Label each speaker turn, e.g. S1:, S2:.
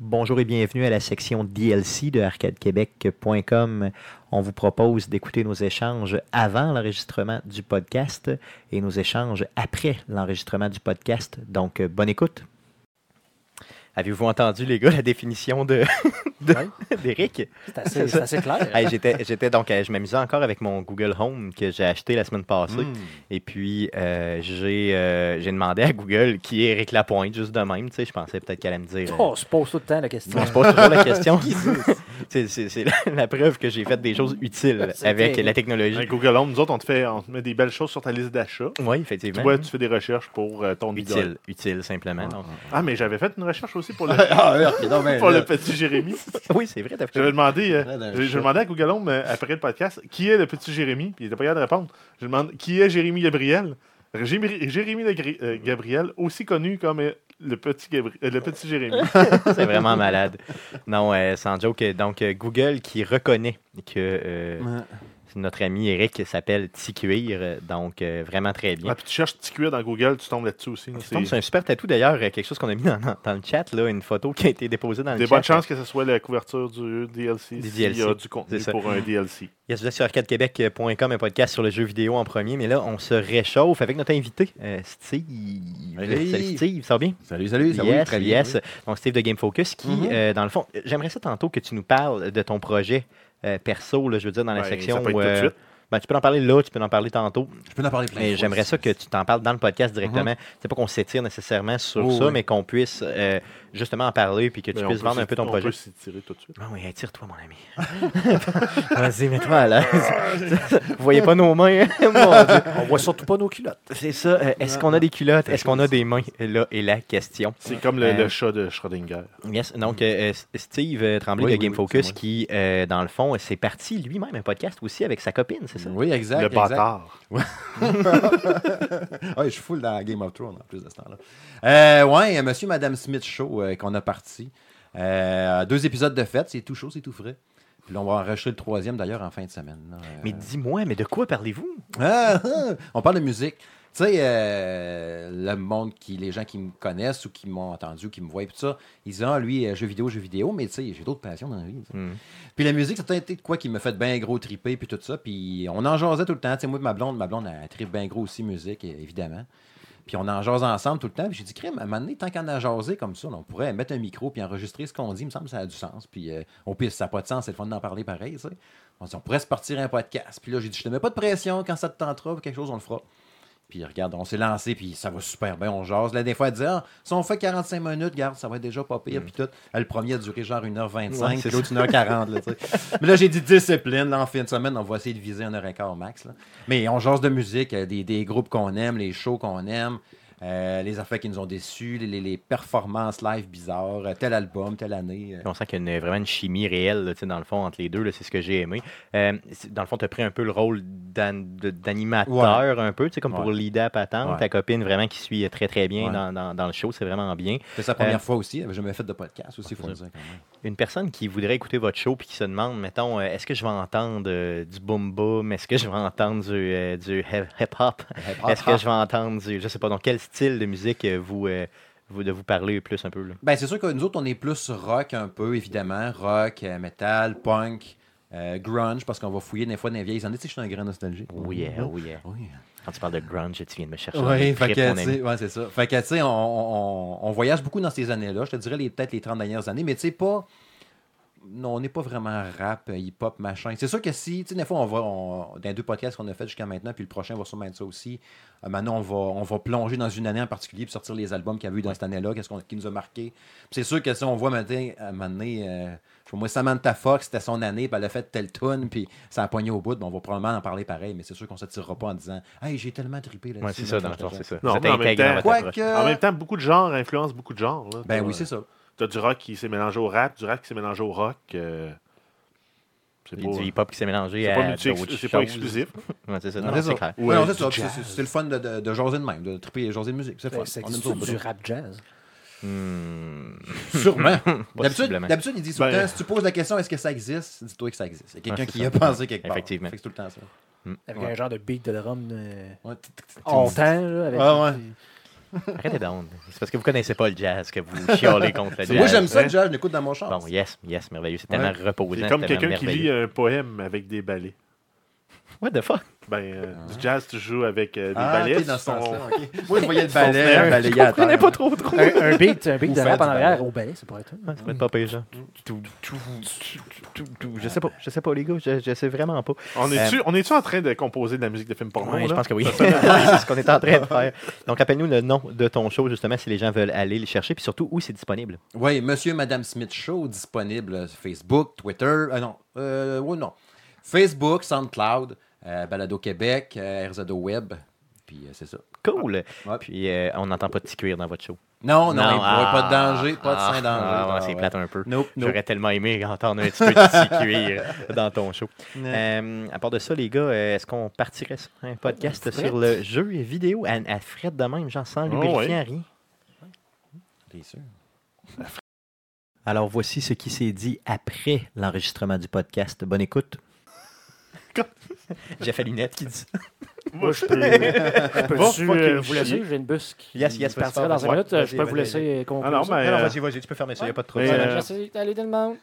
S1: Bonjour et bienvenue à la section DLC de arcadequebec.com. On vous propose d'écouter nos échanges avant l'enregistrement du podcast et nos échanges après l'enregistrement du podcast. Donc, euh, bonne écoute. Avez-vous entendu, les gars, la définition de, de- d'Éric?
S2: C'est assez, c'est assez clair.
S1: Hey, j'étais, j'étais donc, euh, je m'amusais encore avec mon Google Home que j'ai acheté la semaine passée.
S3: Mm.
S4: Hmm.
S1: Et puis, euh, j'ai, euh, j'ai demandé à Google qui est Éric Lapointe, juste de même. Tu sais, je pensais peut-être qu'elle allait me dire. euh,
S2: Oh, on se pose tout le temps la question.
S1: on se pose toujours la question. c'est, c'est- c'est la, la preuve que j'ai fait des choses utiles
S2: C'est
S1: avec
S2: terrible.
S1: la technologie.
S4: Avec Google Home, nous autres, on te, fait, on te met des belles choses sur ta liste d'achats.
S1: Oui,
S4: Tu
S1: effectivement.
S4: vois, tu fais des recherches pour euh, ton idole.
S1: Utile, utile simplement. donc.
S4: Ah, mais j'avais fait une recherche aussi pour le,
S3: ah, ouais, ok, non, mais
S4: pour
S3: là,
S4: le petit Jérémy.
S1: Oui, c'est vrai, t'as fait-
S4: J'avais demandé, euh,
S3: Ouais, d'un
S4: j'ai- j'ai
S3: chat.
S4: demandé à Google Home euh, après le podcast qui est le petit Jérémy. Puis il était pas capable de répondre. Je demande qui est Jérémy Gabriel. Jérémy, Jérémy le Gri- euh, Gabriel, aussi connu comme euh, le petit, Gabri- euh, le petit Jérémy.
S1: C'est vraiment malade. Non, euh, sans joke. euh, Donc, euh, Google qui reconnaît que euh,
S3: Ouais.
S1: notre ami Eric s'appelle Ticuir. euh, Donc, euh, vraiment très bien.
S4: Ah, puis tu cherches petit cuir dans Google, tu tombes là-dessus aussi.
S1: Je pense que C'est un super tatou d'ailleurs, euh, quelque chose qu'on a mis dans, dans- dans le chat, là, une photo qui a été déposée dans le
S4: Des
S1: chat.
S4: bonnes chances que ce soit la couverture du DLC.
S1: Du
S4: s'il y a
S1: DLC,
S4: du contenu
S1: c'est ça.
S4: pour un DLC.
S1: Il y a celui-là sur arcadequebec.com, un podcast sur le jeu vidéo en premier, mais là, on se réchauffe avec notre invité, euh, Steve.
S3: Hey.
S1: Salut Steve, ça va bien?
S3: Salut, salut, ça va
S1: yes,
S3: très bien.
S1: yes. Donc, Steve de Game Focus, qui,
S4: Mm-hmm.
S3: Mhm.
S1: euh, dans le fond, euh, j'aimerais ça tantôt que tu nous parles de ton projet euh, perso, là, je veux dire, dans la
S4: Ben,
S1: section.
S4: ça peut être
S1: où,
S4: tout de
S1: euh,
S4: suite. Ben,
S1: ben, tu peux en parler là, tu peux en parler tantôt,
S3: Je peux en parler plein de
S1: mais
S3: fois,
S1: j'aimerais ça que tu t'en parles dans le podcast directement.
S4: Mm-hmm.
S1: C'est pas qu'on s'étire nécessairement sur
S3: Oh,
S1: ça,
S3: oui.
S1: mais qu'on puisse euh, justement en parler puis que tu
S4: Ben, on
S1: puisses
S4: peut
S1: vendre un
S4: s'y-
S1: peu ton
S4: On
S1: projet.
S4: peut s'y tirer tout de suite.
S1: Ah oui, attire-toi, mon ami. Vas-y, mets-toi à l'aise. Vous voyez pas nos mains, hein? Ah, Mon Dieu.
S2: On voit surtout pas nos culottes.
S1: C'est ça. euh, Est-ce qu'on a des culottes? Est-ce qu'on a des mains? Là est la question.
S4: C'est comme le,
S1: Euh,
S4: le chat de Schrödinger.
S1: Yes. Donc, euh, S- Steve euh, Tremblay
S3: Oui,
S1: de
S3: oui,
S1: Game
S3: oui,
S1: Focus,
S3: c'est moi.
S1: qui, euh, dans le fond, c'est parti lui-même un podcast aussi avec sa copine, c'est ça?
S3: Oui, exact.
S4: le
S3: exact.
S4: bâtard.
S3: Ouais, je suis full dans Game of Thrones en plus de ce temps-là. Euh, ouais, euh, Monsieur Madame Smith Show euh, qu'on a parti. Euh, deux épisodes de fête, c'est tout chaud, c'est tout frais. Puis là, on va enregistrer le troisième d'ailleurs en fin de semaine. là. Euh,
S1: Mais dis-moi, mais de quoi parlez-vous?
S3: Ah, ah, on parle de musique. Tu sais, euh, le monde qui, les gens qui me connaissent ou qui m'ont entendu ou qui me voient et tout ça, ils disent Ah, lui, euh, jeux vidéo, jeux vidéo, mais tu sais, j'ai d'autres passions dans la vie. tu sais.
S1: Mm.
S3: Puis la musique, ça a été de quoi qui me fait bien gros triper, puis tout ça. Puis on en jasait tout le temps. Tu sais, moi, ma blonde, ma blonde, elle tripe bien gros aussi musique, é- évidemment. Puis on en jase ensemble tout le temps. Puis j'ai dit, crème, à un moment donné, tant qu'on a jasé comme ça, là, on pourrait mettre un micro puis enregistrer ce qu'on dit. Il me semble que ça a du sens. Puis euh, au pire, si ça n'a pas de sens, c'est le fun d'en parler pareil, tu sais. On dit, on pourrait se partir un podcast. Puis là, j'ai dit, je te mets pas de pression. Quand ça te tentera, quelque chose, on le fera. Puis regarde, on s'est lancé, puis ça va super bien, on jase. Là, des fois, elle dit, ah, si on fait 45 minutes, regarde, ça va être déjà pas pire, puis tout. Ah, Le premier a duré genre 1h25,
S1: Mm. Ouais, c'est
S3: puis l'autre 1h40, là, tu sais. Mais là, j'ai dit discipline, là, en fin de semaine, on va essayer de viser 1h15 max, là. Mais on jase de musique, euh, des, des groupes qu'on aime, les shows qu'on aime, euh, les affaires qui nous ont déçus, les, les- les performances live bizarres, euh, tel album, telle année. euh.
S1: On sent qu'il y a une- vraiment une chimie réelle, là, tu sais, dans le fond, entre les deux. là, C'est ce que j'ai aimé. Euh, c'est- dans le fond, tu as pris un peu le rôle d'an- de- d'animateur, un peu, tu sais, comme pour
S3: Ouais.
S1: Lida Patente,
S3: Ouais.
S1: ta copine vraiment qui suit euh, très, très bien
S3: Ouais.
S1: dans, dans- dans le show. C'est vraiment bien.
S3: C'est sa
S1: Euh.
S3: première fois aussi, elle avait jamais fait de podcast aussi, faut le dire quand même.
S1: Une personne qui voudrait écouter votre show puis qui se demande, mettons, euh, est-ce que je vais entendre euh, du boom boom? Est-ce que je vais entendre du, euh, du hip hop?
S3: Ah, Euh,
S1: Est-ce que je vais entendre du. Je sais pas, donc quel style de musique euh, vous, euh, vous, de vous parler plus un peu? là?
S3: Ben, c'est sûr que nous autres, on est plus rock un peu, évidemment. Rock, euh, metal, punk, euh, grunge, parce qu'on va fouiller des fois dans les vieilles années. Tu sais, je suis un grand nostalgique.
S1: Oui, Oh yeah, oui, yeah.
S3: Oui. hein.
S1: Quand tu parles de grunge, tu viens de me chercher. dans
S3: Oui,
S1: les
S3: fait
S1: tripes,
S3: que,
S1: mon
S3: tu
S1: ami.
S3: sais, ouais, c'est ça. Fait que, tu sais, on, on- on voyage beaucoup dans ces années-là. Je te dirais les- peut-être les 30 dernières années, mais tu sais, pas. Non, on n'est pas vraiment rap, euh, hip-hop, machin. C'est sûr que si, tu sais, des fois, on va. on- dans les deux podcasts qu'on a fait jusqu'à maintenant, puis le prochain va sûrement être ça aussi. euh, maintenant, on va, on va plonger dans une année en particulier, puis sortir les albums qu'il y a eu dans cette année-là, qu'est-ce qu'on, qui nous a marqué. Puis c'est sûr que si on voit maintenant, à un moment donné, euh, je sais pas, moi, Samantha Fox, c'était son année, puis elle a fait telle tune, puis ça a poigné au bout, ben, on va probablement en parler pareil, mais c'est sûr qu'on ne se tirera pas en disant Hey, j'ai tellement trippé là-dessus.
S1: Ouais, c'est ça,
S3: là,
S1: dans le
S3: je-
S1: fond,
S3: je-
S1: c'est ça.
S4: Non,
S1: Vous êtes
S4: mais en même
S1: intégré dans
S4: temps-
S1: votre approche.
S3: Quoique.
S4: En même temps, beaucoup de genres influencent beaucoup de genres. là.
S3: Ben
S4: T'as,
S3: oui,
S4: euh,
S3: c'est ça.
S4: T'as du rock qui s'est mélangé au rap, du rap qui s'est mélangé au rock. euh, c'est
S1: Il y a
S4: pas,
S1: du hip-hop qui s'est mélangé
S4: c'est
S1: à
S4: pas multi-
S1: d'autres
S4: c'est pas
S1: choses.
S4: exclusif.
S1: Ouais, c'est ça.
S3: Non,
S1: Non,
S3: c'est
S1: c'est
S3: ça.
S1: clair.
S3: Ouais, non,
S4: du
S3: c'est ça. Puis
S4: jazz.
S3: C'est c'est le fun de, de, de jaser de même, de triper et jaser de musique. C'est le fun.
S2: C'est
S3: On aime ça au bout.
S2: du rap jazz.
S1: Hmm,
S3: Sûrement. D'habitude,
S1: possiblement.
S3: d'habitude, ils disent tout le
S4: Ben-
S3: temps, si tu poses la question est-ce que ça existe, dis-toi que ça existe. Il y a quelqu'un
S1: c'est
S3: qui
S1: ça.
S3: y a pensé quelque part.
S1: Effectivement.
S3: Fait que C'est tout le temps ça.
S2: Avec
S1: Ouais.
S2: un genre de beat de drum euh,
S3: Ouais, tic, tic, tic, tic. Ah,
S2: hontant. là, avec-
S3: Ouais, ouais.
S1: Arrêtez donc. C'est parce que vous connaissez pas le jazz que vous chialez contre le jazz.
S3: Moi, j'aime ça,
S4: hein?
S3: le jazz, je l'écoute dans mon char.
S1: Bon, yes, yes, merveilleux. C'est
S3: Ouais.
S1: tellement reposant.
S4: C'est comme
S1: tellement
S4: quelqu'un qui
S1: merveilleux.
S4: lit un poème avec des ballets.
S1: What the fuck?
S4: Ben, euh, du jazz, tu joues avec euh, des
S3: Ah,
S4: ballets.
S3: ok, dans ce
S4: tu son-
S3: sens-là. ok. Moi, je voyais le
S4: Son snare,
S3: balai,
S4: je
S3: balayer à terre.
S1: pas trop trop.
S2: Un, un beat, un beat
S3: Ou
S2: de
S3: faire
S2: rap en
S3: du
S2: arrière
S3: ballet.
S2: au ballet, ça pourrait être.
S1: Ça va être pas paysan. Je sais pas, je sais pas les gars, je, je sais vraiment pas.
S4: On est-tu on est en train de composer de la musique de film porno?
S1: Euh, Ouais, je
S4: là?
S1: pense que oui. c'est ce qu'on est en train de faire. Donc rappelle-nous le nom de ton show justement si les gens veulent aller le chercher puis surtout où c'est disponible.
S3: Oui, Monsieur et Madame Smith Show disponible sur Facebook, Twitter. euh, non, euh, ouais, non. Facebook, SoundCloud, euh, Balado Québec, euh, RZO Web. Puis euh, c'est ça.
S1: Cool.
S3: Ouais.
S1: Puis euh, on n'entend pas de petit cuir dans votre show.
S3: Oh Non, non, il
S1: ah,
S3: pas de danger, pas
S1: ah,
S3: de saint danger.
S1: ah, ouais,
S3: Ah,
S1: c'est
S3: ouais.
S1: plate un peu.
S3: Nope, nope.
S1: J'aurais tellement aimé entendre un petit peu de petit cuir dans ton show. Euh, à part de ça, les gars, euh, est-ce qu'on partirait sur un podcast
S3: Fred?
S1: sur le jeu vidéo à, à Fred de même, j'en sens
S4: Ah,
S1: lubrifiant
S4: ouais.
S1: rien?
S3: T'es sûr?
S1: Alors voici ce qui s'est dit après l'enregistrement du podcast. Bonne écoute. J'ai fait lunette qui dit.
S2: Moi, je peux. Je peux
S4: Bon,
S2: tu,
S4: fuck
S2: euh,
S4: you,
S2: vous
S4: chier.
S2: laisser, j'ai une bus qui
S1: Yes, yes, vas-y,
S2: partira dans
S1: vas-y,
S2: un minute. euh,
S1: vas-y,
S2: Je peux vous
S1: vas-y,
S2: laisser conclure.
S4: Ah non,
S2: ça.
S4: mais. euh,
S1: vas-y, tu peux fermer
S2: ça, y a
S1: pas de
S4: problème. euh,
S2: Merci, allez, tout le monde.